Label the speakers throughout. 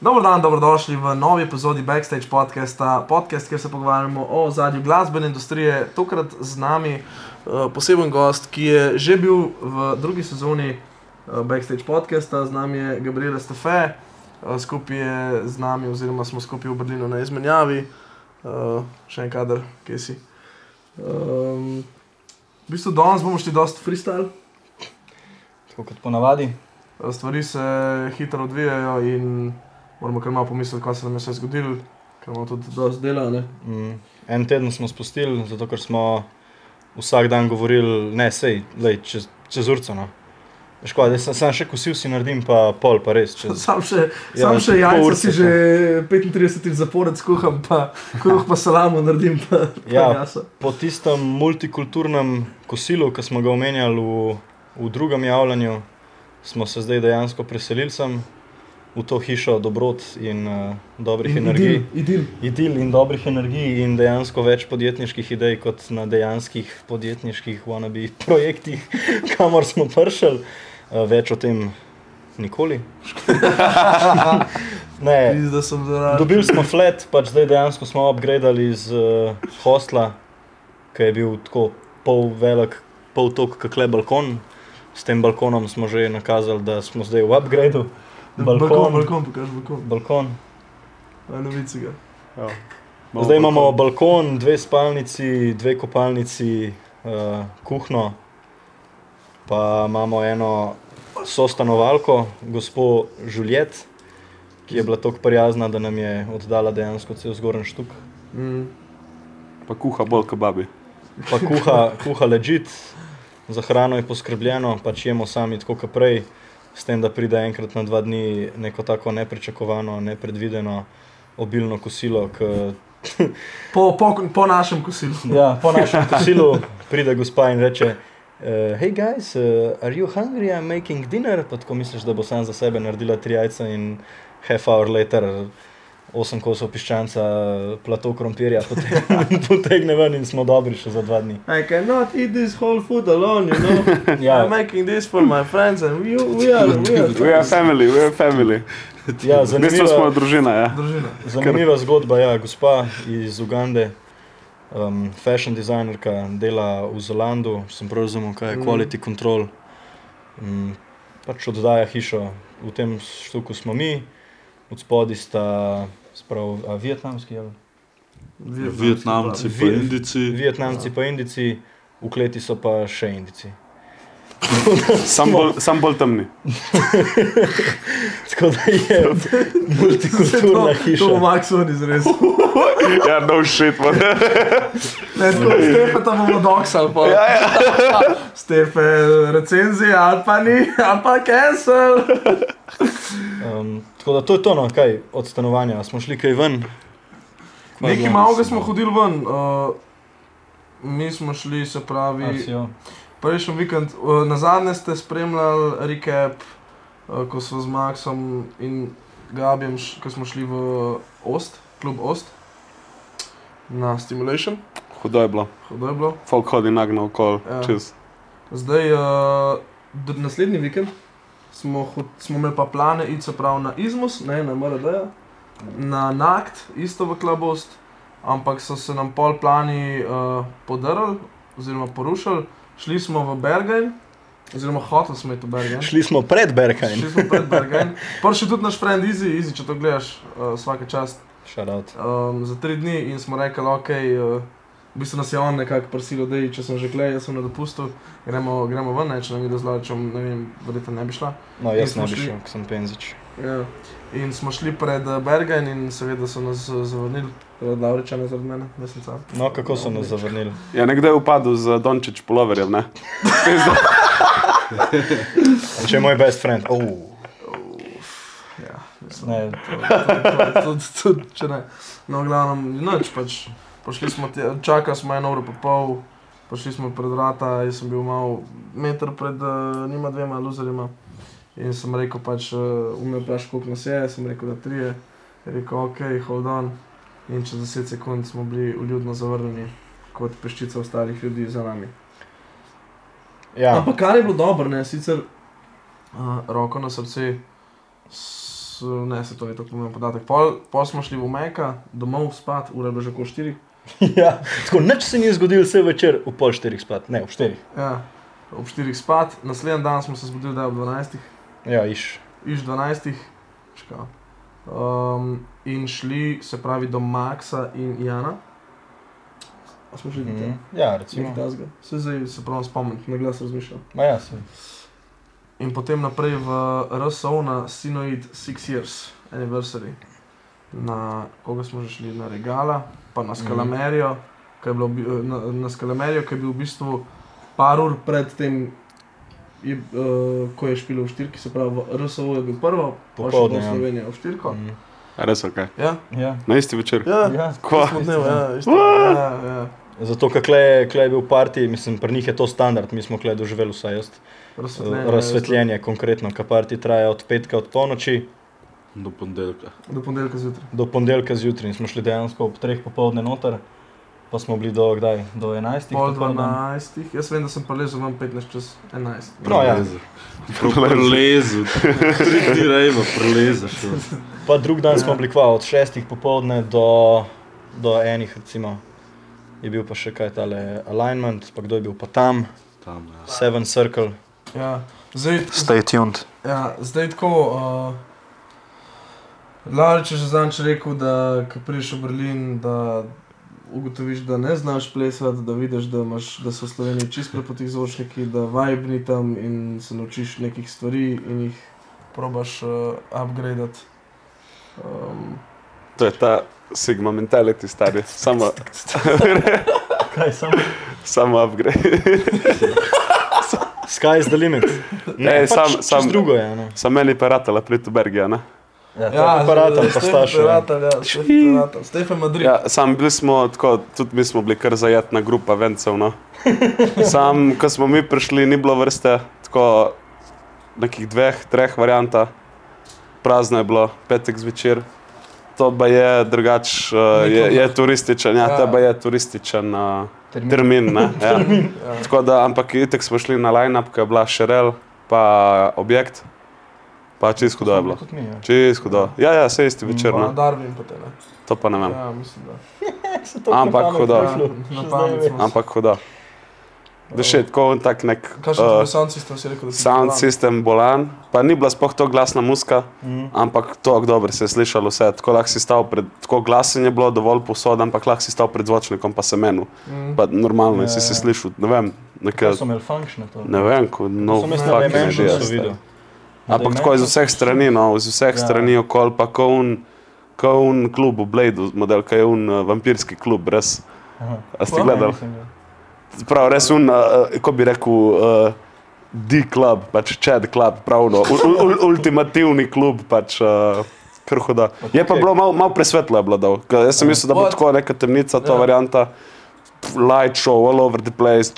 Speaker 1: Dobro dan, dobrodošli v novi epizodi Backstage podcasta, podcast, kjer se pogovarjamo o zadnji glasbene industrije. Tokrat z nami uh, poseben gost, ki je že bil v drugi sezoni uh, Backstage podcasta, z nami je Gabriela Stefe, uh, skupaj je z nami, oziroma smo skupaj v Berlinu na izmenjavi, uh, še en kader, kje si. Um, v bistvu danes bomo šli dosta freestyle.
Speaker 2: Tako kot ponavadi.
Speaker 1: stvari se hitro odvijajo in moramo kar malo pomisliti, kaj se nam je vse zgodilo, ker imamo tudi dosti dela. Ne?
Speaker 2: Mm, en teden smo spustili, zato ker smo vsak dan govorili, ne sej, lej, čez, čez urco. No. Škoda, da sem, sem še kosil, si naredim pa pol, pa res. Čez...
Speaker 1: Sam še,
Speaker 2: Ja,
Speaker 1: ja, sam še
Speaker 2: pol
Speaker 1: jajca
Speaker 2: ure
Speaker 1: si
Speaker 2: se
Speaker 1: že 35 zapored skuham, pa kruh pa salamo naredim, pa, pa
Speaker 2: Ja.
Speaker 1: jasa.
Speaker 2: Po tistem multikulturnem kosilu, ki smo ga omenjali v, v drugem javljanju, smo se zdaj dejansko preselili sem v to hišo dobrot in uh, dobrih in energij.
Speaker 1: idil, idil.
Speaker 2: idil in dobrih energij in dejansko več podjetniških idej kot na dejanskih podjetniških wannabe projektih, kamor smo prišli. Eh, Več o tem nikoli. ne,
Speaker 1: Pizda sem zaradi.
Speaker 2: dobili smo flat, pač zdaj dejansko smo upgradili iz uh, hostla, ki je bil tako pol velik, pol tok, kakle balkon. S tem balkonom smo že nakazali, da smo zdaj v upgradu.
Speaker 1: Balkon,
Speaker 2: Balkon,
Speaker 1: balkon, pokaži balkon.
Speaker 2: balkon.
Speaker 1: Aj, novici ga.
Speaker 3: Ja.
Speaker 2: Malo Zdaj imamo balkon, dve spalnici, dve kopalnici, uh, kuhno, pa imamo eno sostanovalko, gospo Žuljet, ki je bila tako prijazna, da nam je oddala dejansko cel zgornji štuk.
Speaker 1: Mm.
Speaker 3: Pa kuha bolj kebabi.
Speaker 2: Pa kuha, kuha ležit, za hrano je poskrbljeno, pač jemo sami tako kot prej, s tem, da pride enkrat na dva dni neko tako nepričakovano, nepredvideno, obilno kosilo, ki
Speaker 1: Po, po, po našem kosilu.
Speaker 2: Ja, po našem kosilu pride gospa in reče: uh, Hej, guys, uh, are you hungry? I'm making dinner. Pa tako misliš, da bo sam za sebe naredila tri jajca in half hour later. Osem kosov piščanca, plato krompirja, potegne, potegne ven in smo dobri še za dva dni.
Speaker 1: I cannot eat this whole food alone, you know.
Speaker 2: Ja,
Speaker 1: I'm making this for my friends and we, we
Speaker 3: Ja,
Speaker 1: are, we are.
Speaker 3: We are family, we are family.
Speaker 2: ja,
Speaker 3: V bistvu smo
Speaker 2: zanimiva,
Speaker 3: družina, ja.
Speaker 1: Družina.
Speaker 2: zanimiva zgodba. Ja, gospa iz Ugande, um, fashion designerka, dela v Zelandu, sem prav razumel, kaj je
Speaker 1: Mhm.
Speaker 2: quality control. Mm, pač oddaja hišo, v tem štuku smo mi, od spodaj sta sprav, a, vietnamski, ali?
Speaker 4: Vietnamci, pa
Speaker 2: Vi-
Speaker 4: Indici.
Speaker 2: vietnamci pa indici, v kleti so pa še indici.
Speaker 3: Sam bolj, sam bolj temni.
Speaker 2: Tako da je multikulturna
Speaker 1: To- To bo
Speaker 2: hiša.
Speaker 1: maksimum izrez.
Speaker 3: Ja, no shit, man.
Speaker 1: Ne, tako Stefe tam bomo doksal. Pa. Ja, ja. Stefe, recenzije, ali pa ni, ali pa cancel.
Speaker 2: Um, tako da to je to, no, kaj od stanovanja. Smo šli kaj ven. Kaj je
Speaker 1: Nekaj
Speaker 2: bilo?
Speaker 1: malega smo hodili ven. Uh, mi smo šli, se
Speaker 2: A, si
Speaker 1: pravi,
Speaker 2: jo.
Speaker 1: prejšnji vikend. Uh, na zadnje ste spremljali recap, uh, ko smo z Maxom in Gabijem, š- ko smo šli v Ost, klub Ost, na Stimulation.
Speaker 3: Hudo je bilo.
Speaker 1: Hudo je bilo.
Speaker 3: Folk hodi nagno okol,
Speaker 1: Ja.
Speaker 3: čez.
Speaker 1: Zdaj, uh, naslednji vikend smo, hod- smo imeli pa plane iti se pravi na Izmus, ne na MRD, -ja, na Nakt, isto v Klabost, ampak so se nam pol plani uh, podarili, oziroma porušili. Šli smo v Bergen, oziroma hotel smo iti v Bergen.
Speaker 2: Šli smo pred Berkajn.
Speaker 1: Šli smo pred Bergen. Prvi tudi naš friend Izzy, Izzy, če to gledaš, uh, vsake čast
Speaker 2: Šarat.
Speaker 1: um, za tri dni in smo rekli, ok, uh, v bistvu nas je on nekako prosil, da je, če sem že klej, jaz sem na dopustu, gremo, gremo ven, ne, če nam je do zločem, ne vem, verjetno ne bi šla.
Speaker 2: No,
Speaker 1: In
Speaker 2: jaz
Speaker 1: smo
Speaker 2: ne bi
Speaker 1: šli-
Speaker 2: šel, ker sem penzič.
Speaker 1: Ja. In smo šli pred eh, Bergen in seveda so nas eh, zavrnili, od Lauričana zaradi mene, da sem sam.
Speaker 2: No, kako so nas zavrnili?
Speaker 3: Ja, nekdo je upadel z Dončić poloverjem, ne?
Speaker 2: A Če je moj best friend. Oh.
Speaker 1: Ja, mislim,
Speaker 2: Ne,
Speaker 1: to- to- to- Tudi, če ne. No, v glavnem, noč pač. Prišli smo, tja- čakali smo eno uro pa pol, prišli smo pred vrata, jaz sem bil malo meter pred uh, njima dvema luzerima. In sem rekel, pač, umem vprašati, koliko nas je, sem rekel, da trije. Je rekel, ok, hold on. In čez 10 sekund smo bili uljudno zavrnjeni, kot peščica ostalih ljudi za nami.
Speaker 2: ja.
Speaker 1: Ampak kar je bilo dobro, ne, sicer uh, roko na srce, s- s- ne, se to ni tako pomemben podatek. Pol, pol smo šli v Meka, domov spat, ura je bila že okoli 4.
Speaker 2: Ja, tako nič se ni zgodilo, vse večer ob pol štirih spat, ne ob štirih.
Speaker 1: Ja, ob 4 spat, naslednji dan smo se zbudili, da je ob 12.
Speaker 2: Ja, iš.
Speaker 1: iš 12, škao. no. Um, in šli, se pravi, do Maxa in Jana. A smo šli do tega?
Speaker 2: Ja,
Speaker 1: Nekaj
Speaker 2: recimo.
Speaker 1: takega. Se zdaj se prav spomnim, na glas razmišljam.
Speaker 2: Ma ja, sem.
Speaker 1: In potem naprej v RSO na Sinoid 6 Years Anniversary. Na koga smo že šli, na Regala, pa
Speaker 2: Mhm.
Speaker 1: na Skalamerijo, ki je, bilo, bi- eh, na, na Skalamerijo, ki je bil v bistvu par ur pred tem, je, uh, ko je špilo v štirki, se pravi v RSO je bil prvo, pa še
Speaker 2: Popoldne,
Speaker 1: v
Speaker 2: ja.
Speaker 1: Sloveniji v štirko.
Speaker 2: Mhm.
Speaker 3: Res ok.
Speaker 1: Ja,
Speaker 2: Ja.
Speaker 3: Na isti večer.
Speaker 1: ja,
Speaker 2: Ja.
Speaker 3: Kva?
Speaker 1: smo dnev, ja, isto, ja, ja.
Speaker 2: Zato, ker je, je bil parti, mislim, pri njih je to standard, mi smo kle doživeli vsaj jaz.
Speaker 1: Razsvetljenje,
Speaker 2: Razsvetljenje, konkretno, ker parti traja od petka od polnoči
Speaker 4: do ponedeljka.
Speaker 1: Do ponedeljka zjutraj.
Speaker 2: do ponedeljka zjutraj. In Smo šli dejansko ob treh popovdne noter, pa smo bili do kdaj? Do enajstih.
Speaker 1: Pol
Speaker 2: ta prvi dan.
Speaker 1: 12, jaz vem, da sem prelezel vam 15 čez 11.
Speaker 2: No, ja.
Speaker 4: Prelezu. Tri dni rejva, prelezeš. to.
Speaker 2: Pa drug dan smo
Speaker 1: Ja.
Speaker 2: bili kva od šestih popovdne do, do enih, recimo. Je bil pa še kaj tale alignment, pa kdo je bil pa tam,
Speaker 4: Tam, ja.
Speaker 2: Seven Circle.
Speaker 1: Ja. Zdaj,
Speaker 2: Stay tuned.
Speaker 1: ja, zdaj tako. Uh, Larič je že zanč rekel, da ko prideš v Berlin, da ugotoviš, da ne znaš plesati, da vidiš, da, imaš, da so v Sloveniji čist prepoti vzročniki, da vibni tam in se naučiš nekih stvari in jih probaš uh, upgradati. Um,
Speaker 3: To je ta sigma mentality, stari. Samo,
Speaker 2: Kaj samo?
Speaker 3: samo upgrade.
Speaker 2: Sky is the limit.
Speaker 3: Ne, sam-
Speaker 2: čist
Speaker 3: sam-
Speaker 2: drugo je. Ne.
Speaker 3: Samo meni pa ratala Plitubergija, ne?
Speaker 2: Ja, ja aparatom pa staš.
Speaker 1: Piratan, ja, Piratan, Stefan Madrid. Ja.
Speaker 3: Ja, sam bili smo tako, tudi mi smo bili kar zajetna grupa vencev. No. Sam, ko smo mi prišli, ni bilo vrste, tako nekih dveh, treh varianta, prazno je bilo, petek zvečer. To pa je drugače,
Speaker 1: Ni
Speaker 3: je,
Speaker 1: klubah.
Speaker 3: je turističen, ja,
Speaker 1: Ja.
Speaker 3: ja. to pa je turističen uh,
Speaker 2: Termin.
Speaker 3: termin. ne, Ja.
Speaker 1: Ja.
Speaker 3: Tako da, ampak itek smo šli na line-up, ki je bila Šerel, pa objekt, pa čisto hudo je bilo.
Speaker 2: Kot mi, ja.
Speaker 3: Čisto hudo. Ja, ja, se isti večer,
Speaker 1: Pa na
Speaker 3: no.
Speaker 1: Darwin potem. ne?
Speaker 3: to pa ne vem.
Speaker 1: Mm. Ja, mislim, da.
Speaker 2: Se to
Speaker 3: Ampak
Speaker 2: na pamet
Speaker 3: hudo.
Speaker 2: prišlo.
Speaker 1: Ja, na
Speaker 2: Še
Speaker 1: pamet
Speaker 2: zdaj
Speaker 1: smo.
Speaker 3: Ampak hudo. Da še tako en tak nek
Speaker 1: Kaj še
Speaker 3: eh,
Speaker 1: uh, sound system si rekel, da si
Speaker 3: sound
Speaker 1: bolan?
Speaker 3: system bolan, pa ni bila spoh to glasna muska,
Speaker 2: Mhm.
Speaker 3: ampak to dobro se je slišalo vse. Tako lahko si stal pred, tako glasen je bilo dovolj posod, ampak lahko si stal pred zvočnikom pa se menil.
Speaker 1: Mm.
Speaker 3: Pa normalno ja, si
Speaker 2: Ja,
Speaker 3: si
Speaker 2: ja.
Speaker 3: slišal, ne vem,
Speaker 2: Kaj
Speaker 3: nekaj,
Speaker 2: so imeli funkšne to?
Speaker 3: ne vem, kot nov
Speaker 2: Sem jaz na
Speaker 3: fucking
Speaker 1: Dimensions
Speaker 2: Dimension
Speaker 3: idea,
Speaker 1: so
Speaker 3: stari.
Speaker 2: videl.
Speaker 3: Ampak tako iz vseh strani, no, iz vseh
Speaker 2: Ja.
Speaker 3: ja. strani okol, pa kon, kon klub v Bladu, model, kaj je un eh, vampirski klub, res. A ste gledali? Prav, res un, uh, ko bi rekel, uh, D-klub, pač Chad no, klub, pravno, ul, ul, ul, ultimativni klub, pač uh, krhoda. Je pa bilo malo mal presvetlo, je bilo dol. Ker Jaz sem mislil, da bo
Speaker 1: What?
Speaker 3: tako neka temnica, to
Speaker 1: Ja.
Speaker 3: yeah. varianta, pf, light show, all over the place,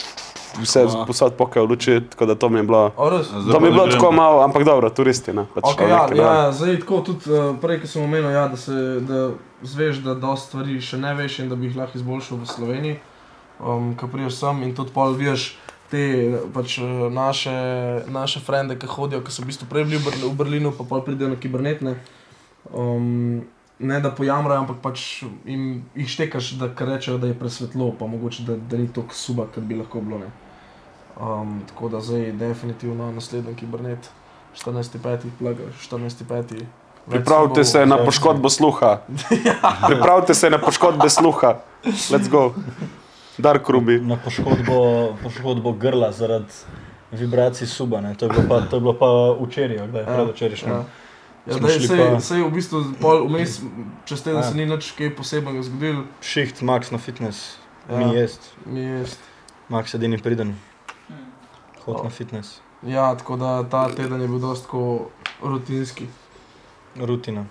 Speaker 3: vse
Speaker 4: Aha.
Speaker 3: posod pokajo luči, tako da to mi je bilo.
Speaker 1: Oros.
Speaker 4: Zdaj
Speaker 3: To mi
Speaker 4: pa
Speaker 3: je
Speaker 4: ne
Speaker 3: bilo
Speaker 4: gremo.
Speaker 3: tako malo, ampak dobro, turisti, ne. Pač,
Speaker 1: Okay,
Speaker 3: eh,
Speaker 1: ja,
Speaker 3: nekaj, ne.
Speaker 1: ja, zdaj tako tudi uh, prej, ko sem omenil, ja, da, se, da zveš, da dosta stvari še ne veš in da bi jih lahko izboljšal v Sloveniji. Um, ko priješ sem in tudi pol veš te pač, eh, naše, naše frende, ki hodijo, ki so v bistvu prej bili v, Brl v Berlinu, pa pol pridejo na kibernetne. Um, ne da pojamrajo, ampak pač jim jih štekaš, da kar rečejo, da je presvetlo, pa mogoče da, da ni tako suba, kot bi lahko bilo. Ne. Um, tako da zdaj definitivno naslednji kibernet 14.5. plaga, 14.5.
Speaker 3: Pripravite se
Speaker 1: ja.
Speaker 3: na poškodbo sluha. Pripravite se na poškodbe sluha. Let's go. Dark Ruby.
Speaker 2: Na poškodbo, poškodbo grla zaradi vibracij suba, ne. to je bilo pa, to je bilo pa včeraj, kdaj je
Speaker 1: Ja,
Speaker 2: predvčerajšnje.
Speaker 1: Ja. Ja,
Speaker 2: Smo
Speaker 1: daj,
Speaker 2: šli
Speaker 1: sej,
Speaker 2: pa-
Speaker 1: sej v bistvu pol vmes, čez teden
Speaker 2: Ja.
Speaker 1: se ni nič kaj posebnega zgodilo,
Speaker 2: Šiht, max na fitness,
Speaker 1: Ja.
Speaker 2: ja. mi jest,
Speaker 1: mi je.
Speaker 2: max edini priden. Hod na fitness,
Speaker 1: Ja, tako da ta teden je bil dosti tako rutinski.
Speaker 2: rutina.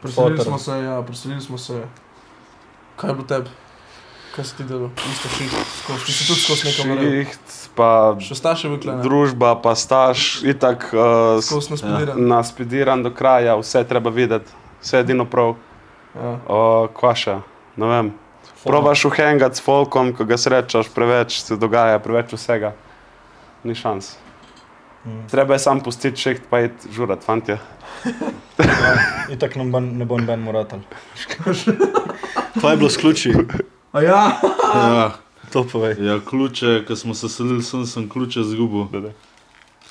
Speaker 1: Preselili
Speaker 2: Fotor.
Speaker 1: smo se, ja, preselili smo se. Kaj bo tebi? Kaj si ti delal? Isto šit, skozi, si tudi skozi nekaj naredil.
Speaker 3: Šiht, pa
Speaker 1: Še ostaš je vyklen.
Speaker 3: družba, pa staž, itak uh,
Speaker 1: Skozi nas podiran.
Speaker 3: naspidiran do kraja, vse treba videti, vse je edino prav.
Speaker 1: Ja.
Speaker 3: Uh, Kvaša, ne vem.
Speaker 2: Forma.
Speaker 3: Probaš uhengat s folkom, ko ga srečaš, preveč se dogaja, preveč vsega. Ni šans.
Speaker 2: Mm.
Speaker 3: Treba je sam pustiti šekt, pa je žurat, fantje.
Speaker 2: In tako nam ban- ne bo noben moratel.
Speaker 4: Kaj je bilo s ključi?
Speaker 1: A ja,
Speaker 4: Ja,
Speaker 2: To povej.
Speaker 4: ja ključe, ko smo se selili, sem, sem ključe zgubil.
Speaker 3: Da, da.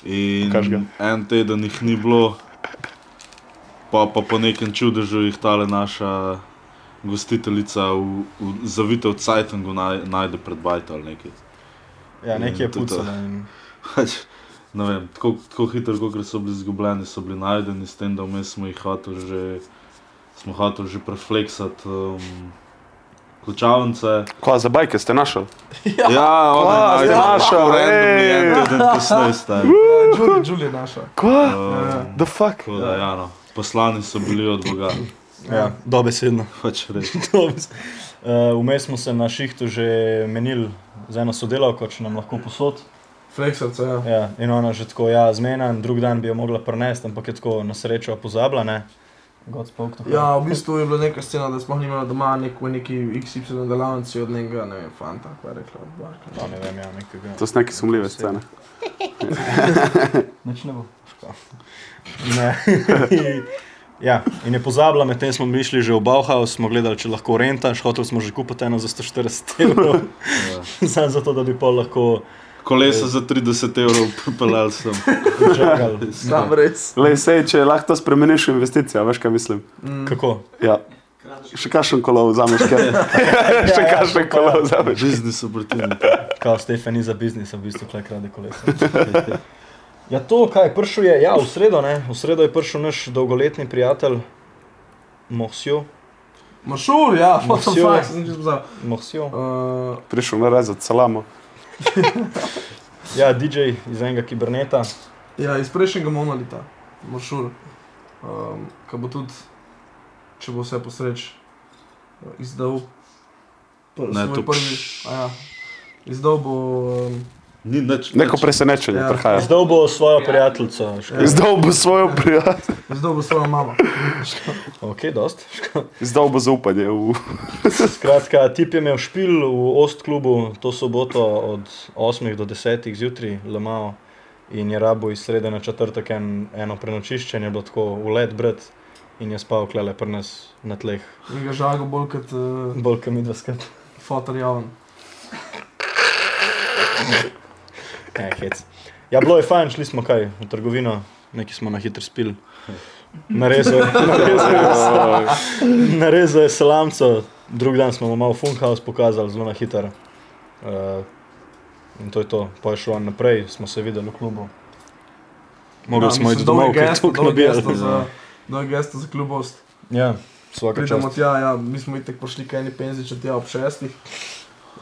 Speaker 4: In
Speaker 3: Pokaž ga.
Speaker 4: en teden jih ni bilo, pa, pa po nekem čudežu jih tale naša gostiteljica v, v zavitev Cajtangu naj, najde pred bajto ali nekaj.
Speaker 2: Ja, nekje je
Speaker 4: Mm, to je to.
Speaker 2: pucano. in-
Speaker 4: Pač, ne vem, tako, tako hitro, kot so bili izgubljeni, so bili najdeni, s tem, da vmes smo jih hoteli že, smo hoteli že prefleksati um, ključavnice.
Speaker 3: Ko za bajke ste našel?
Speaker 4: Ja,
Speaker 3: kva,
Speaker 4: ona je
Speaker 3: zdaj našel,
Speaker 4: našla, random je
Speaker 3: ej.
Speaker 4: en teden kasneje star.
Speaker 1: Julie, Julie naša.
Speaker 3: Kva?
Speaker 4: Um,
Speaker 3: The fuck?
Speaker 4: tako da, ja, no. Poslani so bili od Boga, pač
Speaker 2: Ja, dobesedno.
Speaker 4: hoče reči.
Speaker 2: Dobes- Eh, Vmes smo se na šihtu že menili z eno sodelavko, če nam lahko posod.
Speaker 1: Flexerca, ja.
Speaker 2: Ja, in ona že tako, ja, zmena, drug dan bi jo mogla prenesti, ampak je tako na srečo pozabila, ne. God spoke to her.
Speaker 1: Ja, v bistvu je bila neka scena, da smo imeli doma neko, neki XY delavnici od nekega, ne vem, fanta, kaj je rekla, od
Speaker 2: Pa
Speaker 1: Barka.
Speaker 2: ne vem, ja, nekega.
Speaker 3: To so neke sumljive scene.
Speaker 2: Nič ne bo. Ne. ja, in je pozabila, medtem smo mi šli že v Bauhaus, smo gledali, če lahko rentaš, hotel smo že kupiti eno za 140 evrov,
Speaker 4: Ja.
Speaker 2: samo zato, da bi pol lahko
Speaker 4: Kolesa za 30 evrov pripeljal sem.
Speaker 2: žagali.
Speaker 1: Sam res.
Speaker 3: Lej, sej, če lahko to spremeniš v investicijo, veš kaj mislim.
Speaker 1: Mm.
Speaker 2: Kako?
Speaker 3: Ja. Še kakšen kolo vzameš, kaj? Ja, Še kakšen kolo vzameš.
Speaker 4: Biznis obrtnik.
Speaker 2: Kao Stefan ni za biznis, a v bistvu klek rade kolesa. Ja, to, kaj je prišel, je, ja, v sredo, ne, v sredo je prišel naš dolgoletni prijatelj, Mohsjo,
Speaker 1: Mašur, ja,
Speaker 2: Ma
Speaker 1: fotom
Speaker 2: sure.
Speaker 1: fakt, sem čisto pozabil.
Speaker 2: Mohsjo,
Speaker 1: Uh,
Speaker 3: Prišel narezati salamo.
Speaker 2: ja, DJ iz enega kiberneta,
Speaker 1: ja, iz prejšnjega monolita, Mašur. Um, Kaj bo tudi, če bo vse posreč, eh, izdal pr
Speaker 4: Ne,
Speaker 1: svoj
Speaker 4: to
Speaker 1: prvi. A ja. Izdal bo. Um,
Speaker 4: Ni nič.
Speaker 3: Neko
Speaker 4: nič.
Speaker 3: presenečenje
Speaker 1: Ja.
Speaker 3: prihaja.
Speaker 2: zdaj bo svojo prijateljico. škaj.
Speaker 3: Zdaj bo svojo prijatelj,
Speaker 1: izdal bo svojo mamo.
Speaker 2: Ok, dost.
Speaker 3: zdaj bo zaupanje. v-
Speaker 2: Skratka, tip je imel špil v Ost klubu to soboto od 8 do 10 zjutraj, Lamao, in je rabo iz srede na četrtek en, eno prenočišče, in je bilo tako v let bred in je spal klele pri nas na tleh,
Speaker 1: In ga žago bolj kot uh,
Speaker 2: bolj kot mi dva skrb.
Speaker 1: fotor javen.
Speaker 2: Eh, hec. Ja, bilo je fajn, šli smo kaj v trgovino, neki smo na hitro spil. Narezal, je- narezal, je- narezal je salamco, drug dan smo mu malo funhaus pokazali, zelo na hitro. Uh, in to je to, pa je šlo on naprej, smo se videli v klubu. Mogli ja, smo iti domov, ker je tako nabijali.
Speaker 1: No, gesto za klubost.
Speaker 2: Ja, vsaka čast.
Speaker 1: Pridemo tja, ja, mi smo itek prišli k eni penziči tja ob šestih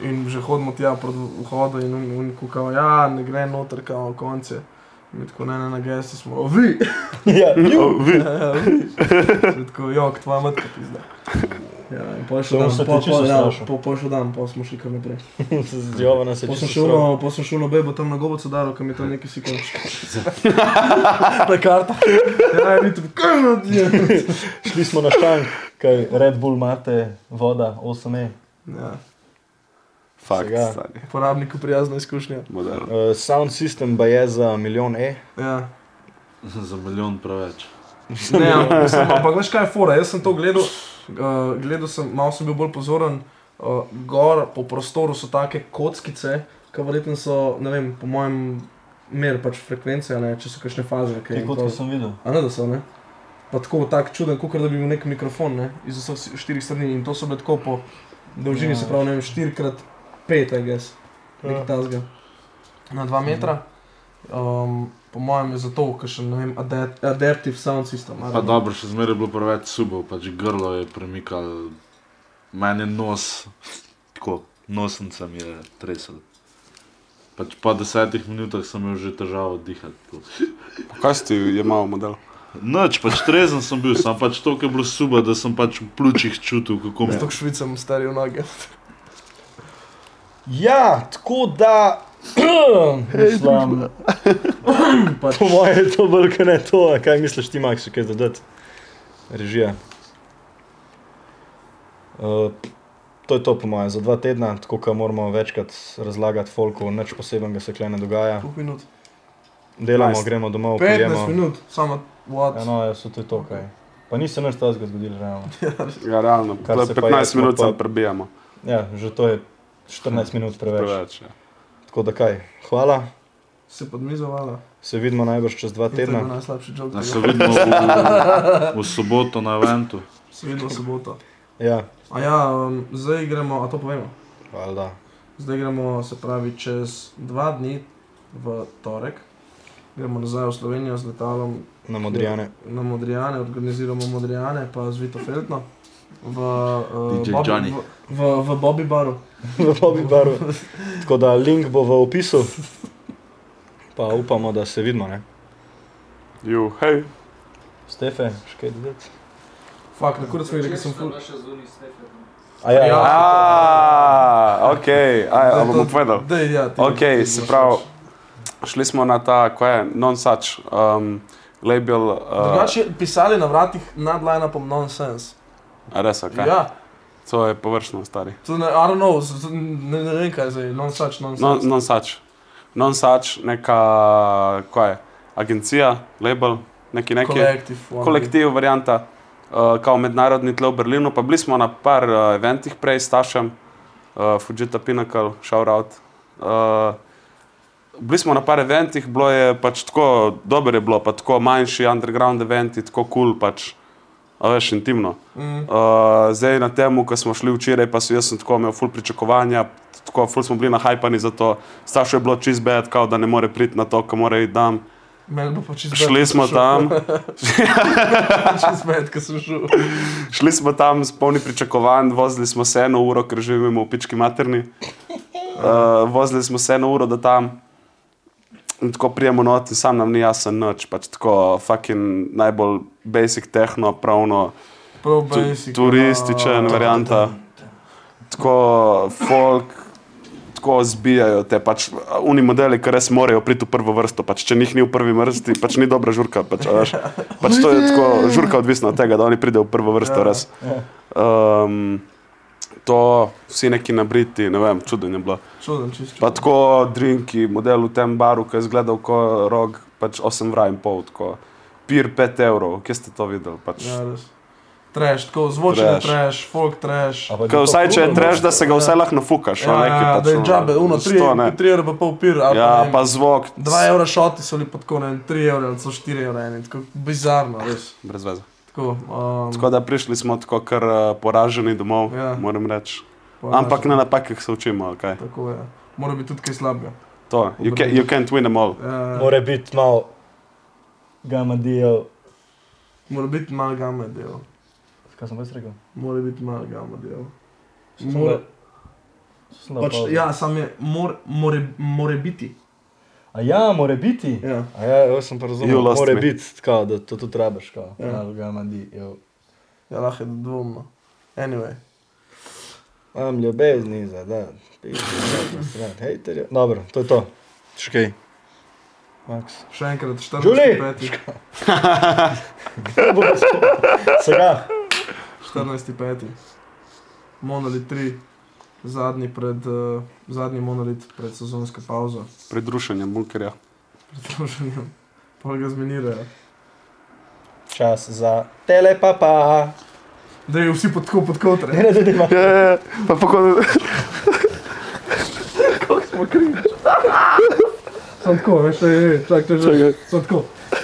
Speaker 1: in že hodimo tja proti vhodu in oni kukajo, ja, ne gre noter, kao konce. Mi tako ne, ne, na gesto smo, o vi!
Speaker 2: Ja,
Speaker 3: O, vi.
Speaker 1: Ja, vi. Smo tako, jok, tvoja matka pizda. Ja, in pol je šel
Speaker 2: To
Speaker 1: dan,
Speaker 2: se ti
Speaker 1: pol,
Speaker 2: čisto
Speaker 1: pol, ja,
Speaker 2: strašil.
Speaker 1: pol, pol je šel dan, pol smo šli kar naprej.
Speaker 2: Jovana se
Speaker 1: Pol
Speaker 2: čisto
Speaker 1: sem šel
Speaker 2: sral.
Speaker 1: na- Pol sem šel na bebo tam na gobico daro, kam je to nekaj sikal. Na karta. Ja, in mi tu, kaj je?
Speaker 2: Šli smo na štank, kaj Red Bull mate, voda, E. 8E.
Speaker 1: Ja,
Speaker 3: Fakt,
Speaker 2: Sega.
Speaker 3: stari,
Speaker 1: uporabniku prijazna izkušnja.
Speaker 3: moderno.
Speaker 2: Uh, sound system pa je za milijon E.
Speaker 1: Ja.
Speaker 4: Za milijon preveč.
Speaker 1: Ne, ampak mislim, ampak veš kaj je fora, jaz sem to gledal, uh, gledal sem, malo sem bil bolj pozoren, uh, gor po prostoru so take kockice, ki verjetno so, ne vem, po mojem mer pač frekvence, a ne, če so kakšne faze. kaj
Speaker 2: Kaj
Speaker 1: in
Speaker 2: kot
Speaker 1: to.
Speaker 2: sem videl.
Speaker 1: A ne, da so, ne? Pa tako, tak čuden, kot da bi bil nek mikrofon, ne, iz vseh si- štirih strani in to so bile tako po dolžini,
Speaker 2: Ja.
Speaker 1: se pravi, ne vem, 4x5, I guess,
Speaker 2: Ja.
Speaker 1: nek tasga. Na 2 metra. Um, po mojem je zato, ker še ne vem, adapt, adaptive sound system. I
Speaker 4: Pa
Speaker 1: don't know.
Speaker 4: dobro, še zmeraj je bilo preveč subov, pač grlo je premikal, meni je nos, tako nosnica mi je tresel. Pač po desetih minutah sem imel že težavo dihati. tako.
Speaker 3: Kaj si ti jemal model?
Speaker 4: Noč, pač trezen sem bil, sem pač toliko je bilo suba, da sem pač v pljučih čutil, kako
Speaker 1: S
Speaker 4: mi je.
Speaker 1: to švicem stari v noge.
Speaker 2: Ja, tako da. Mislim,
Speaker 1: Pač,
Speaker 2: po mojem je to vrka ne to, a kaj misliš ti, Max, kaj dodati? Režija. Uh, to je to, po mojem, za dva tedna, tako da moramo večkrat razlagati folku, nič posebnega se klej ne dogaja.
Speaker 1: pol minut.
Speaker 2: delamo,
Speaker 3: Nice.
Speaker 2: gremo domov,
Speaker 1: 15
Speaker 2: pijemo.
Speaker 1: minut, samo what.
Speaker 2: Ja, no, ja, so to je to, kaj. Pa ni se nič tazga zgodilo, realno.
Speaker 3: Ja, realno,
Speaker 2: Kar
Speaker 3: tule
Speaker 2: se pa
Speaker 3: 15
Speaker 2: jaz,
Speaker 3: minut
Speaker 2: pa-
Speaker 3: samo prebijamo.
Speaker 2: Ja, že to je 14 minut preveč.
Speaker 3: Preveč. Ja.
Speaker 2: Tako da kaj, hvala,
Speaker 1: Se podmizovala.
Speaker 2: se vidimo najbrž čez dva
Speaker 1: In To je bil
Speaker 2: tedna.
Speaker 1: najslabši joke.
Speaker 4: Da
Speaker 1: tega.
Speaker 4: se vidimo v, v soboto na eventu.
Speaker 1: Se vidimo soboto.
Speaker 2: Ja,
Speaker 1: A ja, um, zdaj gremo, a to povemo.
Speaker 2: hvala.
Speaker 1: Zdaj gremo, se pravi, čez dva dni v torek. Gremo nazaj v Slovenijo z letalom
Speaker 2: Na modrijane.
Speaker 1: na Modrijane, organiziramo Modrijane, pa z Vito Feltno. V, uh,
Speaker 4: DJ Johnny.
Speaker 1: Bobby, v, v, v Bobby Baru.
Speaker 2: v Bobby Baru. Tako da link bo v opisu. Pa upamo, da se vidimo, ne?
Speaker 3: Ju, hej.
Speaker 2: Stefe, še kaj dodati?
Speaker 1: Fak, na kurcu mi je rekel, sem ful.
Speaker 2: A ja, ja.
Speaker 3: Ah, ok, aj, bom povedal.
Speaker 1: Dej, ja, ti,
Speaker 3: Ok,
Speaker 1: ti
Speaker 3: se
Speaker 1: boš
Speaker 3: pravi,
Speaker 1: pač.
Speaker 3: šli smo na ta, ko je, non-such, um, label. Uh,
Speaker 1: Drugače pisali na vratih nadlina pom nonsense.
Speaker 3: a res, ok.
Speaker 1: Okay. Ja,
Speaker 3: To je površno, stari.
Speaker 1: to ne, I don't know, z- z- ne, ne vem kaj zdaj, nonsense,
Speaker 3: Non-
Speaker 1: nonsense.
Speaker 3: Non-such. Non-such, neka, ko je, agencija, label, neki neki.
Speaker 1: Kolektiv. one
Speaker 3: kolektiv, varianta, uh, kao mednarodni tle v Berlinu. Pa bili smo na par uh, eventih prej s Tašem, uh, Fujita Pinnacle, shout out. Uh, bili smo na par eventih, bilo je pač tako, dobro je bilo, pa tako manjši underground eventi, tako kul, cool, pač, a veš, intimno.
Speaker 1: day. Mm.
Speaker 3: Uh, zdaj na tem, ko smo šli včeraj, pa so jaz sem tako imel ful pričakovanja, tako ful smo bili nahajpani za to. Stašo je bilo čist bed, kao da ne more priti na to, ko mora iti tam.
Speaker 1: Meni bo pa čisto
Speaker 3: Šli smo tam.
Speaker 1: Čez med, ko sem šel.
Speaker 3: Šli smo tam s polni pričakovanj, vozili smo se eno uro, ker živimo v pički materni. Uh, vozili smo se eno uro do tam. In tako prijemo not in sam nam ni jasen noč, pač tako fucking najbolj basic tehno, pravno
Speaker 1: Prav
Speaker 3: tu,
Speaker 1: basic.
Speaker 3: turističen
Speaker 1: ja.
Speaker 3: varianta. Tako folk, tako zbijajo te pač uni modeli, ki res morajo priti v prvo vrsto. Pač, če njih ni v prvi vrsti, pač ni dobra žurka. Pač, a veš, pač to je tako, žurka odvisna od tega, da oni pridejo v prvo vrsto. Res. Um, to vsi neki nabriti, ne vem, čuden je bilo.
Speaker 1: Čuden, čisto. ja,
Speaker 3: Pa tako drinki, model v tem baru, ki je izgledal kot rog, pač 8 vraj in pol, tako. Pir 5 evrov, kje ste to videli? Pač,
Speaker 1: Ja, res. Trash, tako zvočen
Speaker 3: Trash.
Speaker 1: trash, folk trash.
Speaker 2: A pa je
Speaker 3: Ker
Speaker 2: bil to
Speaker 3: vsaj če je
Speaker 2: kul,
Speaker 3: treš,
Speaker 2: ali?
Speaker 3: da se ga vse lahko nafukaš.
Speaker 1: Ja, ja, da je džabe, uno, 3 evra pa pol pir. ali
Speaker 3: pač Ja,
Speaker 1: ne vem,
Speaker 3: pa zvok.
Speaker 1: 2 evra šoti so bili pod konem, 3 evra ali so 4 evra, eni, tako bizarno, res.
Speaker 3: Brez veze.
Speaker 1: Tako, um,
Speaker 3: Tako da prišli smo tako kar eh, poraženi domov,
Speaker 1: Ja.
Speaker 3: moram reči.
Speaker 1: pa
Speaker 3: Ampak
Speaker 1: naš-
Speaker 3: na napakah se učimo, ali kaj.
Speaker 1: Tako je. Mora biti tudi kaj slabega.
Speaker 3: To, you, can, you can't win them all.
Speaker 1: Uh,
Speaker 2: Mora biti malo gamadijo.
Speaker 1: mora biti mal gama del.
Speaker 2: Kaj sem vas rekel?
Speaker 1: Mora biti mal gama del.
Speaker 2: Sem
Speaker 1: Mora-
Speaker 2: dal- sem dal
Speaker 1: Pač,
Speaker 2: pavzo.
Speaker 1: ja, sam je, mor, more, more biti.
Speaker 2: A ja, mora biti.
Speaker 1: Ja.
Speaker 2: A ja, jaz sem pa razumel,
Speaker 3: You lost
Speaker 2: mora
Speaker 3: me.
Speaker 2: biti, tako, da to tudi rabiš, kao.
Speaker 1: Ja.
Speaker 2: Ja, gamadijo.
Speaker 1: Ja, lahko je dvomno. Anyway.
Speaker 2: Imam ljubezni za da. Piši, na stran hejterjev. Dobro, to je to. Še kaj? Max.
Speaker 1: Še enkrat, 14.
Speaker 2: Julie!
Speaker 1: 5.
Speaker 2: Sega.
Speaker 1: 14. 5. Monolit 3. Zadnji, pred, uh, zadnji monolit pred sezonsko pauzo.
Speaker 3: Pridrušenje bunkerja.
Speaker 1: Pred druženjem. Pol ga zmenirajo.
Speaker 2: Čas za telepapa.
Speaker 1: Da je vsi pod, tako pod kotre.
Speaker 2: Ne, ne, ne, ne.
Speaker 3: Ja, ja, ja. Pa pokoj.
Speaker 1: Sam tako, veš, čak, čak, čak, čak. Sam tako.